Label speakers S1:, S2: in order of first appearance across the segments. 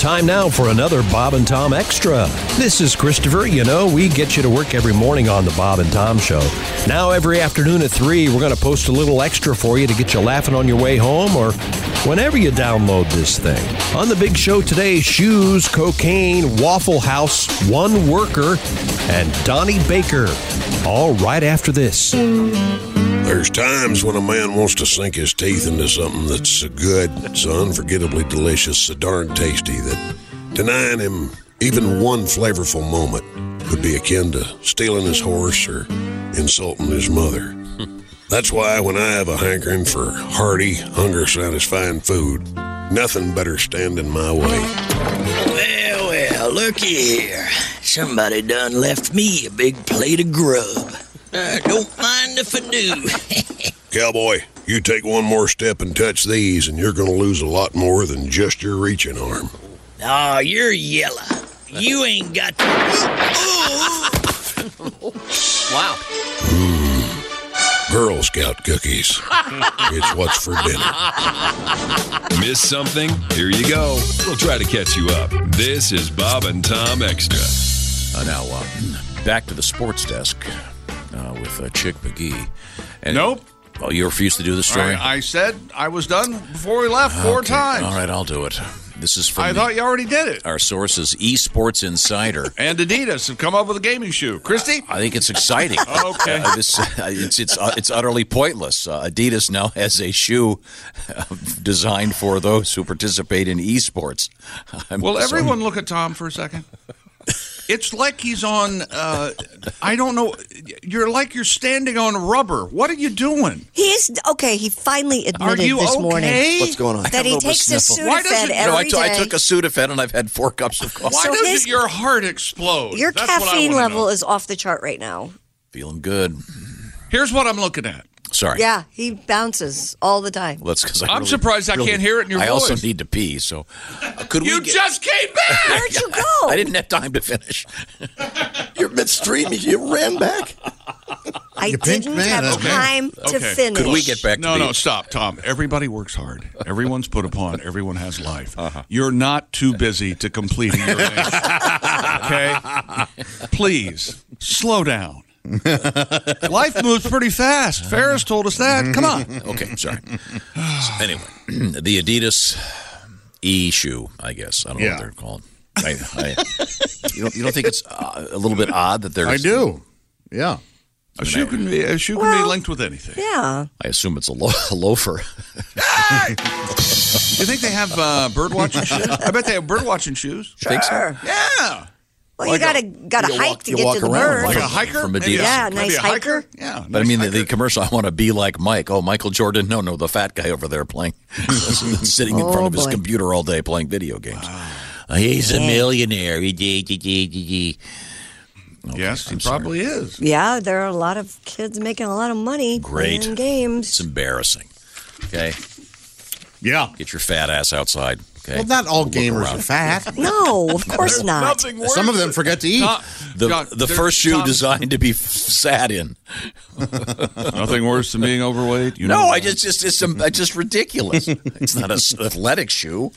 S1: Time now for another Bob and Tom Extra. This is Christopher. You know, we get you to work every morning on the Bob and Tom Show. Now, every afternoon at 3, we're going to post a little extra for you to get you laughing on your way home or whenever you download this thing. On the big show today, shoes, cocaine, Waffle House, one worker, and Donnie Baker. All right after this.
S2: There's times when a man wants to sink his teeth into something that's so good, so unforgettably delicious, so darn tasty that denying him even one flavorful moment would be akin to stealing his horse or insulting his mother. That's why when I have a hankering for hearty, hunger satisfying food, nothing better stand in my way.
S3: Well, well, looky here. Somebody done left me a big plate of grub. Uh, don't mind if I do.
S2: Cowboy, you take one more step and touch these, and you're going to lose a lot more than just your reaching arm.
S3: Aw, you're yellow. You ain't got to. Ooh,
S4: Wow.
S2: Girl Scout cookies. it's what's for dinner.
S5: Miss something? Here you go. We'll try to catch you up. This is Bob and Tom Extra.
S6: Uh, now, uh, back to the sports desk uh, with uh, Chick McGee. And,
S7: Nope.
S6: Well, you refuse to do the story.
S7: I, I said I was done before we left four
S6: Okay.
S7: times.
S6: All right, I'll do it. This is from
S7: I
S6: the-
S7: thought you already did it.
S6: our sources, Esports Insider.
S7: And Adidas have come up with a gaming shoe. Christy?
S6: I think it's exciting.
S7: Oh, Okay.
S6: Uh, this, uh, it's it's uh, it's utterly pointless. Uh, Adidas now has a shoe uh, designed for those who participate in esports. I'm
S7: Will
S6: so-
S7: everyone look at Tom for a second? It's like he's on, uh, I don't know, you're like you're standing on rubber. What are you doing?
S8: He's okay. He finally
S7: Are
S8: admitted
S7: you
S8: this
S7: okay?
S8: morning
S9: What's going on?
S8: that he takes his
S6: sniffle.
S7: Why
S8: Sudafed
S7: doesn't-
S8: every day.
S6: No, I, t- I took a Sudafed and I've had four cups of coffee.
S7: Why
S8: So
S7: doesn't
S8: his-
S7: your heart explode?
S8: Your
S7: That's what I
S8: caffeine
S7: wanna know.
S8: level is off the chart right now.
S6: Feeling good.
S7: Here's what I'm looking at.
S6: Sorry.
S8: Yeah, he bounces all the time.
S6: Well, that's because
S7: I'm surprised I can't hear it in your
S6: I also
S7: voice.
S6: need to pee. So, uh, could
S7: You
S6: we? Get,
S7: just came back!
S8: Where'd you go?
S6: I didn't have time to finish.
S9: You're midstream. You ran back.
S8: I
S10: You pinked
S8: didn't
S10: me,
S8: have
S10: that's
S8: time to
S7: Okay.
S8: finish.
S6: Could we get back?
S7: No,
S6: to
S7: no,
S6: the,
S7: stop, Tom. Everybody works hard. Everyone's put upon. Everyone has life.
S6: Uh-huh.
S7: You're not too busy to complete your mission. Okay? Please, slow down. life moves pretty fast. Ferris told us that. Come on.
S6: Okay, sorry. So anyway, the Adidas E shoe, I guess. I don't know
S10: Yeah.
S6: what they're called. I, I, you, don't, you don't think it's uh, a little bit odd that there's?
S10: I do. Yeah.
S7: A shoe can be, a shoe can
S8: Well-
S7: be linked with anything.
S8: Yeah.
S6: I assume it's a, lo- a loafer.
S7: You think they have uh, bird watching shoes? I bet they have bird watching shoes.
S6: Think so?
S8: Sure.
S7: Yeah.
S8: Well, you gotta gotta
S9: you
S8: hike
S9: walk-
S8: to
S9: you
S8: get
S9: walk
S8: to the
S9: around
S8: bird.
S9: like
S7: Like a
S6: From-
S7: hiker?
S6: from
S7: Maybe a-
S6: Adidas.
S8: Yeah,
S7: maybe
S8: nice
S7: a
S8: hiker.
S7: Yeah.
S6: But I
S7: nice
S6: mean, the,
S7: hiker.
S6: the commercial. I want to be like Mike. Oh, Michael Jordan. No, no, the fat guy over there playing, sitting in front
S8: Oh,
S6: of his
S8: boy.
S6: computer all day playing video games. Uh, He's a millionaire.
S7: yes, he
S6: I'm sorry.
S7: probably is.
S8: Yeah, there are a lot of kids making a lot of money
S6: Great.
S8: playing
S6: It's
S8: games.
S6: embarrassing. Okay,
S10: Yeah.
S6: get your fat ass outside. Okay.
S10: Well, not all gamers are fat.
S8: No, of course not.
S10: Some of them forget to eat.
S7: Tom-
S6: the,
S7: John,
S6: the
S7: there's-
S6: first shoe
S7: Tom-
S6: designed to be f- sat in.
S7: Nothing worse than being overweight. You
S6: No,
S7: know
S6: I
S7: that.
S6: just just it's, um, it's just ridiculous. it's not an athletic shoe.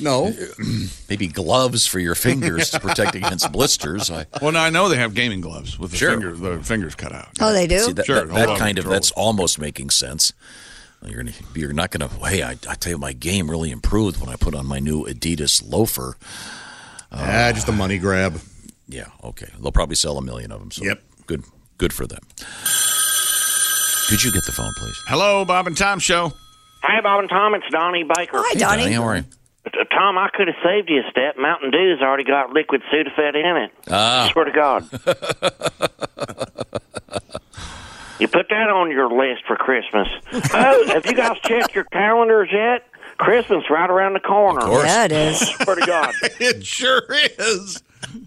S10: No.
S6: Maybe gloves for your fingers to protect against blisters. I
S7: Well, now I know they have gaming gloves with the,
S6: Sure.
S7: finger, the fingers cut out.
S8: Oh, they do.
S6: see that,
S7: Sure,
S6: that,
S7: hold
S6: that
S7: on,
S6: kind of
S7: control
S6: that's almost making sense. You're gonna, you're not gonna. Hey, I, I tell you, my game really improved when I put on my new Adidas loafer. Uh,
S10: ah, just a money grab.
S6: Yeah, okay. They'll probably sell a million of them. So
S10: Yep.
S6: good, good for them. Could you get the phone, please?
S7: Hello, Bob and Tom Show.
S11: Hi, Bob and Tom. It's Donnie Baker.
S8: Hi, Donnie.
S6: Donnie, how are you?
S11: Uh, Tom, I could have saved you a step. Mountain Dew's already got liquid Sudafed in it. Ah. Swear to God. you put that on your list for Christmas. oh, have you guys checked your calendars yet? Christmas right around the corner.
S6: Of course.
S8: Yeah, it is.
S11: Swear to God.
S7: It sure is.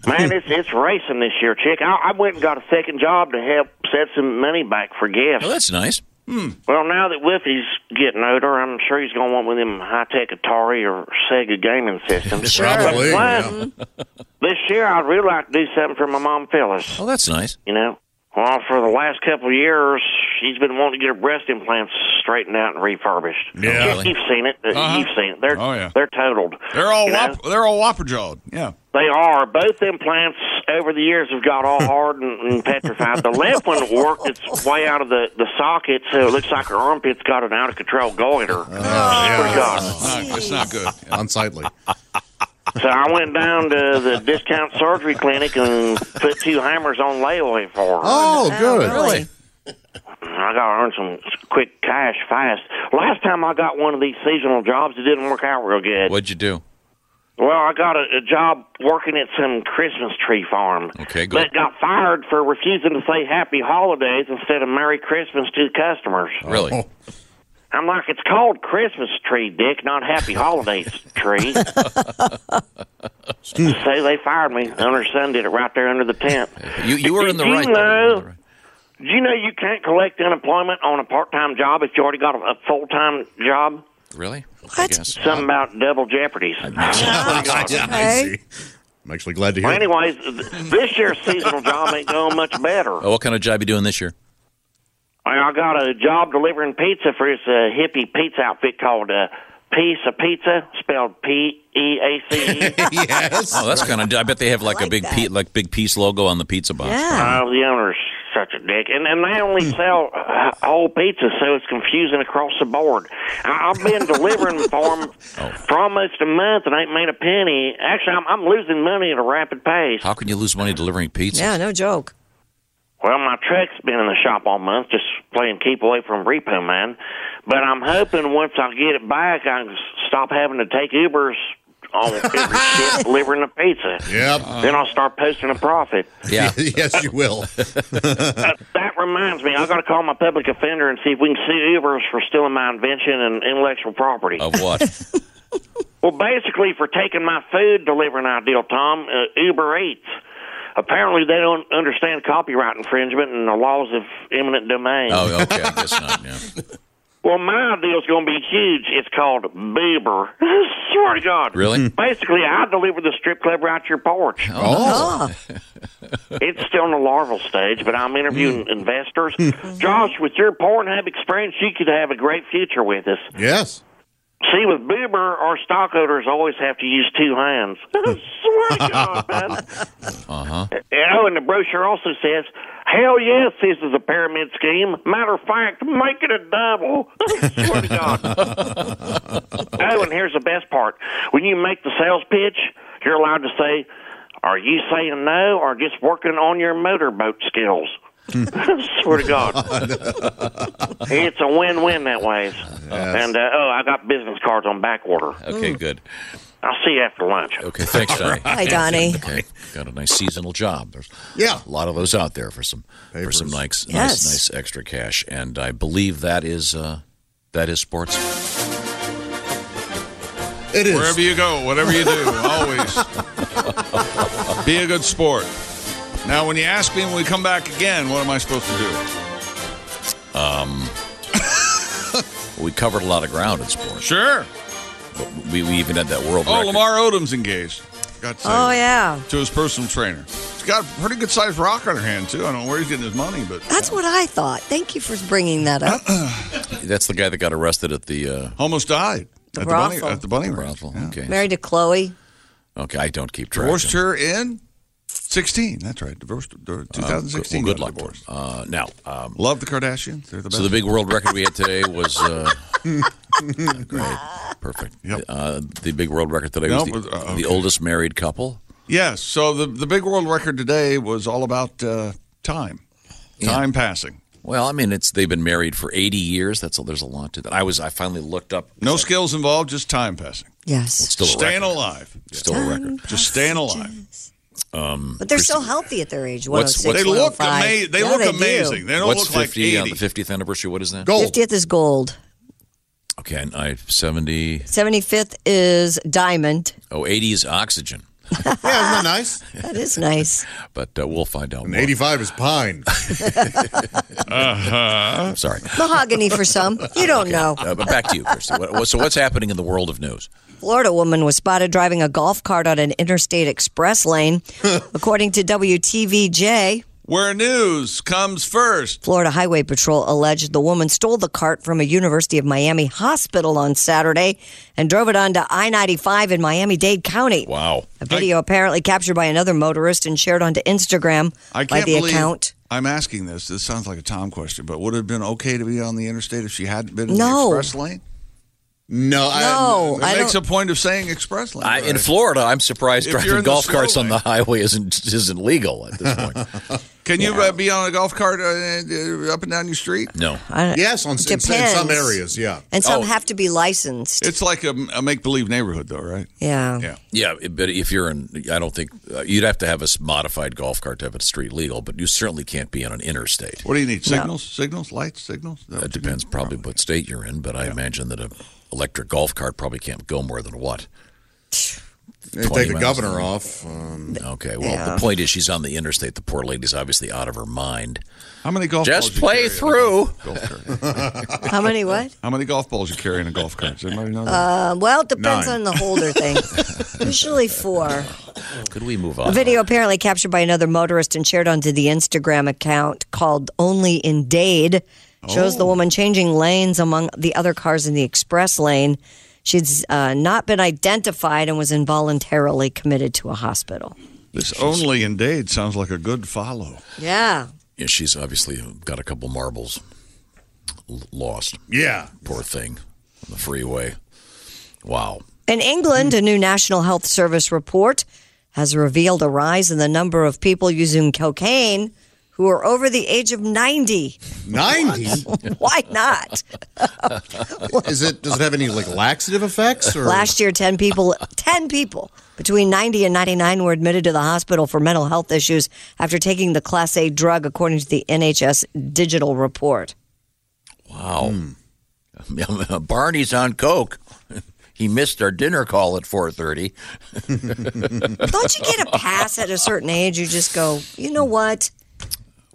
S11: Man, it's, it's racing this year, chick. I, I went and got a second job to help set some money back for gifts.
S6: Oh, that's nice.
S11: Well, now that Woofy's getting older, I'm sure he's going to want one of them high tech Atari or Sega gaming systems.
S8: Sure.
S10: Probably.
S11: But
S10: yeah.
S11: This year, I'd really like to do something for my mom, Phyllis.
S6: Oh, that's nice.
S11: You know, Well, for the last couple of years, she's been wanting to get her breast implants straightened out and refurbished.
S7: Yeah. Really?
S11: you've seen it.
S7: Uh-huh.
S11: You've seen it. They're
S7: Oh, yeah.
S11: they're totaled.
S7: They're all
S11: You know?
S7: whop- they're all whopper jawed. Yeah.
S11: They are. Both implants over the years have got all hard and, and petrified. The left one worked its way out of the, the socket, so it looks like her armpit's got an out of control goiter. Swear to
S8: Oh,
S11: God.
S7: It's not good.
S10: Unsightly.
S11: So I went down to the discount surgery clinic and put two hammers on layaway for her.
S10: Oh, good. Really?
S11: I got to earn some quick cash fast. Last time I got one of these seasonal jobs, it didn't work out real good.
S6: What'd you do?
S11: Well, I got a, a job working at some Christmas tree farm.
S6: Okay, good.
S11: But got fired for refusing to say happy holidays instead of Merry Christmas to the customers.
S6: Really?
S11: I'm like, it's called Christmas tree, Dick, not happy holidays tree. so they fired me. And her son did it right there under the tent.
S6: You you were in the
S11: Did
S6: right.
S11: You know, do you know you can't collect unemployment on a part-time job if you already got a, a full-time job?
S6: Really?
S8: I
S6: guess.
S11: Something about double jeopardies.
S10: I see. I'm actually glad to hear.
S11: Well,
S10: it.
S11: anyways, th- this year's seasonal job ain't going much better.
S6: Oh, what kind of job you doing this year?
S11: I I got a job delivering pizza for this uh, hippie pizza outfit called uh, Piece of Pizza, spelled P E A C E.
S10: yes.
S6: Oh, that's kind of. I bet they have like, a big pe- like big piece logo on the pizza box.
S11: Oh, the owner's such a dick, and and they only sell uh, whole pizza, so it's confusing across the board. I, I've been delivering for 'em for almost a month and ain't made a penny. Actually, I'm, I'm losing money at a rapid pace.
S6: How can you lose money delivering pizza?
S8: Yeah, no joke.
S11: Well, my truck's been in the shop all month, just playing keep away from repo man. But I'm hoping once I get it back, I can stop having to take Ubers on every ship delivering the pizza.
S10: Yep.
S11: Then I'll start posting a profit.
S6: Yeah.
S10: yes, you will.
S11: Uh, that reminds me, I got to call my public offender and see if we can sue Ubers for stealing my invention and intellectual property.
S6: Of what?
S11: Well, basically, for taking my food delivering ideal, Tom, uh, Uber Eats. Apparently, they don't understand copyright infringement and the laws of eminent domain.
S6: oh, okay. I guess not. Yeah.
S11: Well, my deal's going to be huge. It's called Bieber. Swear to God.
S6: Really?
S11: Basically, I deliver the strip club right to your porch.
S6: Oh.
S11: It's still in the larval stage, but I'm interviewing
S6: Hmm.
S11: investors. Josh, with your Pornhub experience, you could have a great future with us.
S10: Yes.
S11: See, with Bieber, our stock owners always have to use two hands. Swear to God, man.
S6: Uh huh.
S11: You know, and the brochure also says, hell yes, this is a pyramid scheme. Matter of fact, make it a double. Swear to God. oh, and here's the best part. When you make the sales pitch, you're allowed to say, are you saying no or just working on your motorboat skills? Swear to God. it's a win win that way. And, uh, oh, I got business cards on back order.
S10: Mm.
S6: Okay. Good.
S11: I'll see you after lunch.
S6: Okay. Thanks, Donnie.
S8: Hi, Donnie.
S6: Okay. Got a nice seasonal job. There's
S10: Yeah.
S6: a lot of those out there for some for some nice,
S8: Yes.
S6: nice nice extra cash, and I believe that is uh, that is sports.
S10: It is.
S7: Wherever you go, whatever you do, always be a good sport. Now, when you ask me when we come back again, what am I supposed to do?
S6: We covered a lot of ground in sports.
S7: Sure.
S6: We, we even had that world
S7: Oh,
S6: record.
S7: Lamar Odom's engaged. Got to say,
S8: Oh yeah,
S7: to his personal trainer. She's got a pretty good sized rock on her hand too. I don't know where he's getting his money, but
S8: that's what I thought. Thank you for bringing that up.
S6: That's the guy that got arrested at the uh,
S7: almost died at the bunny
S8: brothel.
S7: at the bunny ranch.
S6: brothel. Okay.
S8: Married to Chloe.
S6: Okay, I don't keep track.
S7: Divorced her in sixteen. That's right, divorced uh, 2016.
S6: Well, good
S7: got
S6: luck. to
S7: divorced.
S6: him. Uh, now, um,
S7: Love the Kardashians. They're the best.
S6: so the big world record we had today was uh, great, perfect.
S7: Yep.
S6: Uh, the big world record today
S7: No,
S6: was the,
S7: but, uh,
S6: the
S7: okay.
S6: oldest married couple.
S7: yes. So the the big world record today was all about uh, time, time passing.
S6: Well, I mean, it's they've been married for 80 years. That's a, there's a lot to that. I was I finally looked up.
S7: No skills involved, just time passing.
S8: Yes,
S6: Still a
S7: Staying
S6: record.
S7: alive.
S6: Still a record.
S7: Just staying alive. Um,
S8: but they're so healthy at their age.
S6: What's-
S8: 106,
S6: what's-
S7: They look
S8: 105.
S7: amazing. They
S8: Yeah,
S7: look
S8: do.
S7: amazing. They don't
S6: What's
S7: look
S6: 50
S7: like 80.
S6: on the 50th anniversary? What is that?
S10: Gold.
S8: 50th is gold.
S6: Okay, and I 70.
S8: 75th is diamond.
S6: Oh, 80 is oxygen.
S10: Yeah, isn't that nice?
S8: That is nice.
S6: But uh, we'll find out.
S10: And
S6: more.
S10: 85 is pine.
S7: Uh-huh.
S6: I'm sorry.
S8: Mahogany for some. You don't know.
S6: Uh, but back to you, Christy. What, what, so what's happening in the world of news?
S8: Florida woman was spotted driving a golf cart on an interstate express lane, according to WTVJ.
S7: Where news comes first.
S8: Florida Highway Patrol alleged the woman stole the cart from a University of Miami hospital on Saturday and drove it onto I 95 in Miami Dade County.
S6: Wow.
S8: A video apparently captured by another motorist and shared onto Instagram
S7: I
S8: by
S7: can't
S8: the
S7: believe
S8: account.
S7: I'm asking this. This sounds like a Tom question, but would it have been okay to be on the interstate if she hadn't been in
S8: No.
S7: the express lane?
S10: No,
S8: I- No,
S7: It
S8: I
S7: makes a point of saying express lane.
S6: I, in
S7: right?
S6: Florida, I'm surprised
S7: If you're
S6: driving
S7: in the
S6: golf
S7: slow
S6: carts on the highway isn't isn't legal at this point.
S7: Can you uh, be on a golf cart uh, uh, up and down your street?
S6: No.
S8: I-
S10: yes, on in- in some
S8: depends.
S10: areas, yeah.
S8: And some
S6: Oh.
S8: have to be licensed.
S7: It's like a, a make believe neighborhood, though, right?
S8: Yeah.
S7: Yeah.
S6: Yeah, but if you're in, I don't think uh, you'd have to have a s- modified golf cart to have it street legal, but you certainly can't be on an interstate.
S7: What do you need? Signals? Signals? Lights? Signals?
S6: That depends probably what state you're in, but I imagine that a electric golf cart probably can't go more than what.
S10: They
S6: 20
S10: take the
S6: miles
S10: governor
S6: an hour.
S10: off. Um,
S6: Okay, well,
S10: Yeah.
S6: the point is she's on the interstate. The poor lady's obviously out of her mind.
S7: How many golf
S6: Just
S7: balls
S6: play through.
S8: How many what?
S7: How many golf balls you carry in a golf cart? Does anybody know that?
S8: Uh, well, it depends
S7: Nine.
S8: on the holder thing. Usually four.
S7: Oh,
S6: Could we move
S8: A
S6: on?
S8: video apparently captured by another motorist and shared onto the Instagram account called Only in Dade shows the woman changing lanes among the other cars in the express lane. She's uh, not been identified and was involuntarily committed to a hospital.
S7: This only in Dade sounds like a good follow.
S8: Yeah.
S6: Yeah, she's obviously got a couple marbles l- lost.
S10: Yeah.
S6: Poor thing on the freeway. Wow.
S8: In England, a new National Health Service report has revealed a rise in the number of people using cocaine who are over the age of 90.
S10: 90?
S8: Why not?
S10: Is it? Does it have any like laxative effects? Or?
S8: Last year, 10 people, 10 people between 90 and 99 were admitted to the hospital for mental health issues after taking the Class A drug, according to the NHS digital report.
S6: Wow. Hmm. Barney's on coke. He missed our dinner call at 4:30.
S8: Don't you get a pass at a certain age? You just go, you know what?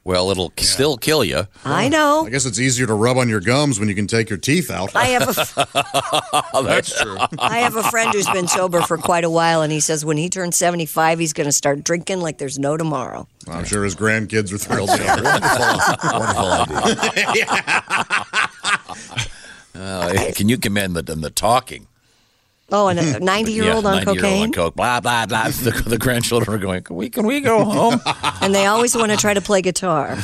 S6: well, it'll still kill you.
S8: I know.
S10: I guess it's easier to rub on your gums when you can take your teeth out.
S8: I have a
S12: Oh,
S6: That's true.
S8: I have a friend who's been sober for quite a while, and he says when he turns 75, he's going to start drinking like there's no tomorrow.
S10: I'm sure his grandkids are thrilled.
S6: Wonderful idea. Uh, can you commend the, the talking?
S8: Oh, and a 90 year old on
S6: 90-year-old
S8: cocaine?
S6: on coke. Blah blah blah. The, the grandchildren are going. Can we can we go home?
S8: And they always want to try to play guitar.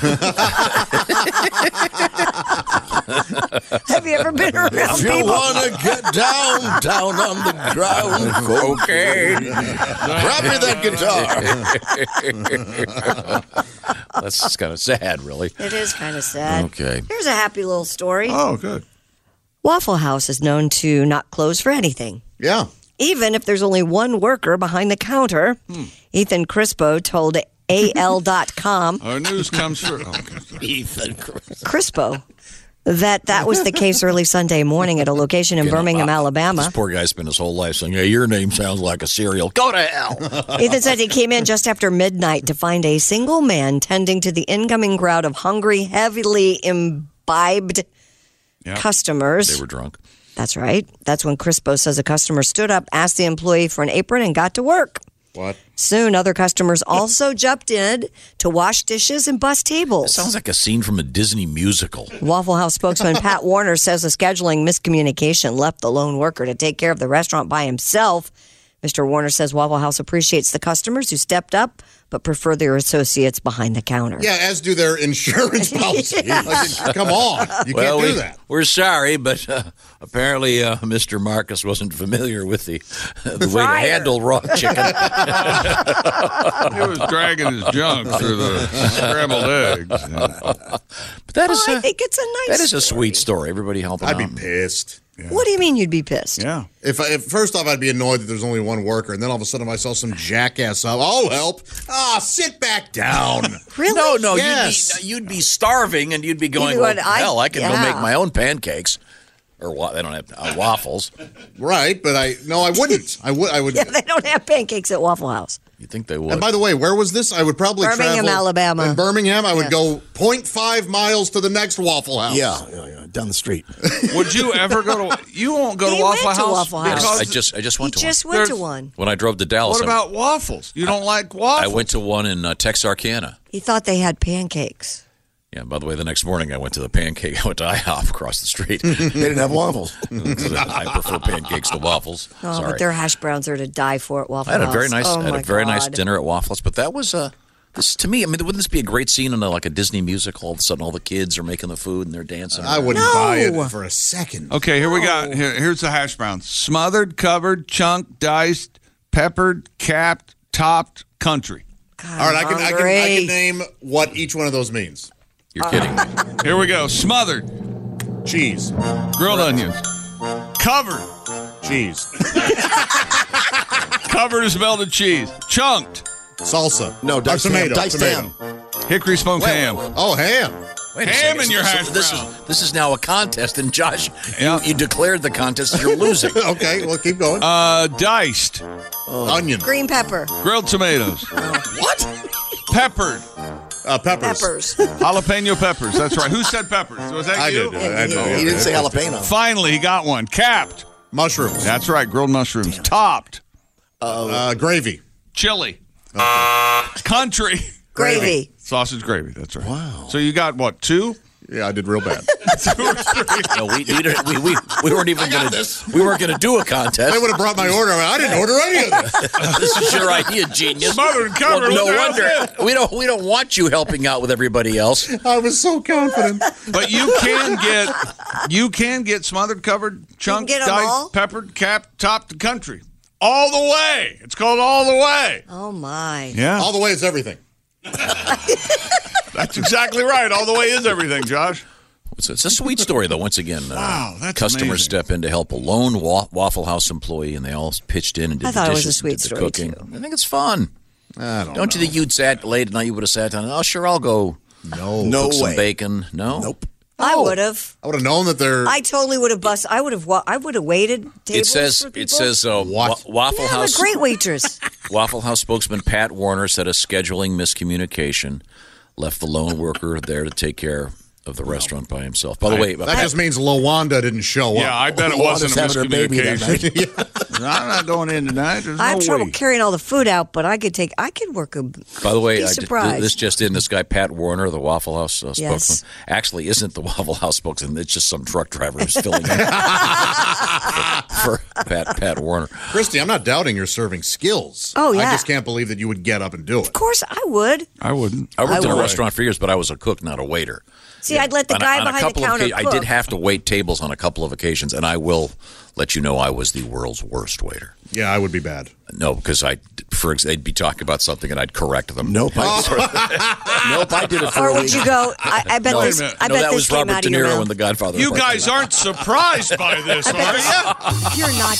S8: Have you ever been around
S12: If you
S8: people?
S12: want to get down, down on the ground, okay. Grab me that guitar.
S6: That's just kind of sad, really.
S8: It is kind of sad.
S6: Okay.
S8: Here's a happy little story.
S7: Oh, good.
S8: Waffle House is known to not close for anything.
S10: Yeah.
S8: Even if there's only one worker behind the counter, Ethan Crispo told AL.com
S7: Our news comes oh, through. Ethan.
S8: Crispo that that was the case early Sunday morning at a location in Birmingham, Alabama.
S6: This poor guy spent his whole life saying, "Yeah, your name sounds like a cereal." Go to hell.
S8: Ethan said he came in just after midnight to find a single man tending to the incoming crowd of hungry, heavily imbibed customers.
S6: They were drunk.
S8: That's right. That's when Crispo says a customer stood up, asked the employee for an apron, and got to work.
S10: What?
S8: Soon, other customers also jumped in to wash dishes and bus tables.
S6: Sounds like a scene from a Disney musical.
S8: Waffle House spokesman Pat Warner says a scheduling miscommunication left the lone worker to take care of the restaurant by himself. Mr. Warner says Waffle House appreciates the customers who stepped up, but prefer their associates behind the counter.
S10: Yeah, as do their insurance policy. Like, come on, you
S6: Well,
S10: can't do
S6: we,
S10: that.
S6: We're sorry, but uh, apparently uh, Mr. Marcus wasn't familiar with the, the way to
S7: Fryer.
S6: handle raw chicken.
S7: he was dragging his junk through the scrambled eggs.
S6: But that is
S8: Oh, I
S6: a-
S8: think it's a nice.
S6: that is a sweet story. Everybody helping
S10: I'd
S6: out.
S10: be pissed.
S8: What do you mean you'd be pissed?
S7: Yeah.
S10: If, I, if first off, I'd be annoyed that there's only one worker, and then all of a sudden I saw some jackass up. I'll help. Ah, sit back down.
S8: Really?
S6: No, no,
S10: Yes.
S6: you'd, be, you'd be starving and you'd be going,
S10: be
S6: well,
S10: going, I-
S6: hell, I can go
S10: yeah.
S6: make my own pancakes. Or wa- they don't have uh, waffles.
S10: right, but I no, I wouldn't. I would. I would.
S8: Yeah, they don't have pancakes at Waffle House.
S6: You think they would?
S10: And by the way, where was this? I would probably
S8: Birmingham,
S10: travel-
S8: Alabama.
S10: In Birmingham, I would
S8: Yeah.
S10: go 0.5 miles to the next Waffle House.
S12: Yeah, yeah, yeah.
S9: down the street.
S7: Would you ever go to? You won't go to Waffle
S8: went to
S7: House.
S8: Waffle House.
S7: because-
S6: I just I just went
S8: He
S6: to
S8: just
S6: one.
S8: went to
S7: There's-
S8: one.
S6: When I drove to Dallas,
S7: What
S6: I-
S7: about waffles? You don't like
S6: I
S7: waffles?
S6: went to one in uh, Texarkana.
S8: He thought they had pancakes.
S6: Yeah. By the way, the next morning I went to the pancake. I went to IHOP across the street.
S9: they didn't have waffles.
S6: I prefer pancakes to waffles.
S8: Oh,
S6: Sorry.
S8: but their hash browns are to die for at Waffle
S6: I had a very
S8: House.
S6: nice,
S8: Oh,
S6: I had
S8: my
S6: a very nice
S8: God.
S6: dinner at Waffles, but that was a. This, to me, I mean, wouldn't this be a great scene in a, like a Disney musical? All of a sudden, all the kids are making the food and they're dancing.
S10: I
S6: around.
S10: wouldn't buy it for a second.
S7: Okay, here we got. Here, here's the hash browns: smothered, covered, chunked, diced, peppered, capped, topped, country.
S10: All right, I can, I can I can name what each one of those means.
S6: You're kidding.
S7: Here we go: smothered,
S10: Cheese,
S7: grilled onions, covered,
S10: cheese,
S7: covered is melted cheese, chunked,
S10: salsa.
S9: No, diced
S10: Or tomato,
S9: ham. Diced
S10: tomato.
S9: ham.
S7: hickory smoked ham.
S10: Oh, ham.
S6: Wait a
S7: Ham
S6: second.
S7: in your
S6: So
S7: hash
S6: This
S7: brown.
S6: is this is now a contest, and Josh,
S7: Yeah.
S6: you, you declared the contest. You're losing.
S10: okay, well, keep going.
S7: Uh, diced,
S10: Onion,
S8: Green pepper,
S7: grilled tomatoes,
S9: What?
S7: peppered,
S10: uh, peppers.
S8: peppers.
S7: jalapeno peppers. That's right. Who said peppers? Was that
S10: I
S7: you?
S10: did. I did.
S9: He didn't say jalapeno.
S7: Finally, he got one. Capped.
S10: Mushrooms,
S7: That's right. Grilled mushrooms. Topped.
S10: uh, gravy.
S7: Chili. Country.
S8: Gravy.
S7: Sausage gravy. That's right. Wow. So you got what? Two?
S10: Yeah, I did real bad.
S6: No, we, we, didn't- we, we, we weren't even going to we weren't going to do a contest.
S10: I would have brought my order. I didn't order any of this.
S6: this is your idea, genius.
S7: Smothered and covered.
S6: Well, no
S7: What the hell's
S6: wonder we don't we don't want you helping out with everybody else.
S10: I was so confident.
S7: But you can get you can get smothered, covered, chunked,
S8: get 'em
S7: diced,
S8: all?
S7: peppered, capped, topped, the country. All the way. It's called all the way.
S8: Oh my!
S7: Yeah.
S10: All the way is everything.
S7: that's exactly right. All the way is everything, Josh.
S6: It's, it's a sweet story, though. Once again, uh,
S7: Wow, that's
S6: customers
S7: amazing.
S6: step in to help a lone wa- Waffle House employee, and they all pitched in and did
S8: I
S6: the
S8: thought it was
S6: dishes
S8: a sweet
S6: and did the
S8: story,
S6: cooking.
S8: too.
S6: I think it's fun.
S10: I don't.
S6: Don't you think you'd sat late at night? You would have sat down. Oh, sure, I'll go
S10: No.
S9: No
S6: cook some
S9: way.
S6: bacon. No,
S9: Nope.
S8: I
S6: Oh.
S8: would have.
S10: I would have known that they're.
S8: I totally would have bust. I would have. Wa- I would have waited.
S6: It
S8: tables
S6: says
S8: for people.
S6: it says uh, wa-
S10: What?
S6: Waffle
S8: Yeah, I'm a
S6: House
S8: great waitress.
S6: Waffle House spokesman Pat Warner said a scheduling miscommunication left the lone worker there to take care of the restaurant by himself. By the way,
S10: that just means Lawanda didn't show
S7: Yeah,
S10: up.
S7: I bet it
S9: Wanda's
S7: wasn't a
S9: having her baby that
S7: miscommunication.
S9: night.
S7: I'm not going in tonight. There's
S8: I have
S7: no
S8: trouble
S7: way.
S8: carrying all the food out, but I could take. I could work a.
S6: By the way,
S8: be
S6: I did-
S8: surprised.
S6: this just in: this guy Pat Warner, the Waffle House uh, spokesman,
S8: Yes.
S6: actually isn't the Waffle House spokesman. It's just some truck driver who's filling in for Pat Pat Warner.
S10: Christy, I'm not doubting your serving skills.
S8: Oh,
S10: I
S8: yeah.
S10: just can't believe that you would get up and do it.
S8: of course, I would.
S7: I wouldn't.
S6: I worked in a
S8: would.
S6: restaurant for years, but I was a cook, not a waiter.
S8: See, I'd let the
S6: On a-
S8: guy
S6: on a
S8: behind the
S6: couple of
S8: counter
S6: occa- I
S8: cook.
S6: did have to wait tables on a couple of occasions, and I will let you know I was the world's worst waiter.
S10: Yeah, I would be bad.
S6: No, because I, for ex- they'd be talking about something and I'd correct them.
S9: Nope. I, nope, I did it for
S8: or
S9: a
S8: would
S9: week.
S8: you go? I, I bet
S6: No,
S8: this.
S7: minute.
S8: I
S6: no,
S8: bet
S6: that
S8: this
S6: was
S8: came
S6: Robert
S8: out
S6: De
S8: of your
S6: Niro
S8: mouth.
S6: in The Godfather.
S7: You
S6: Part
S7: guys
S6: Two.
S7: aren't surprised by this,
S8: I bet
S7: are you?
S8: this, you're not.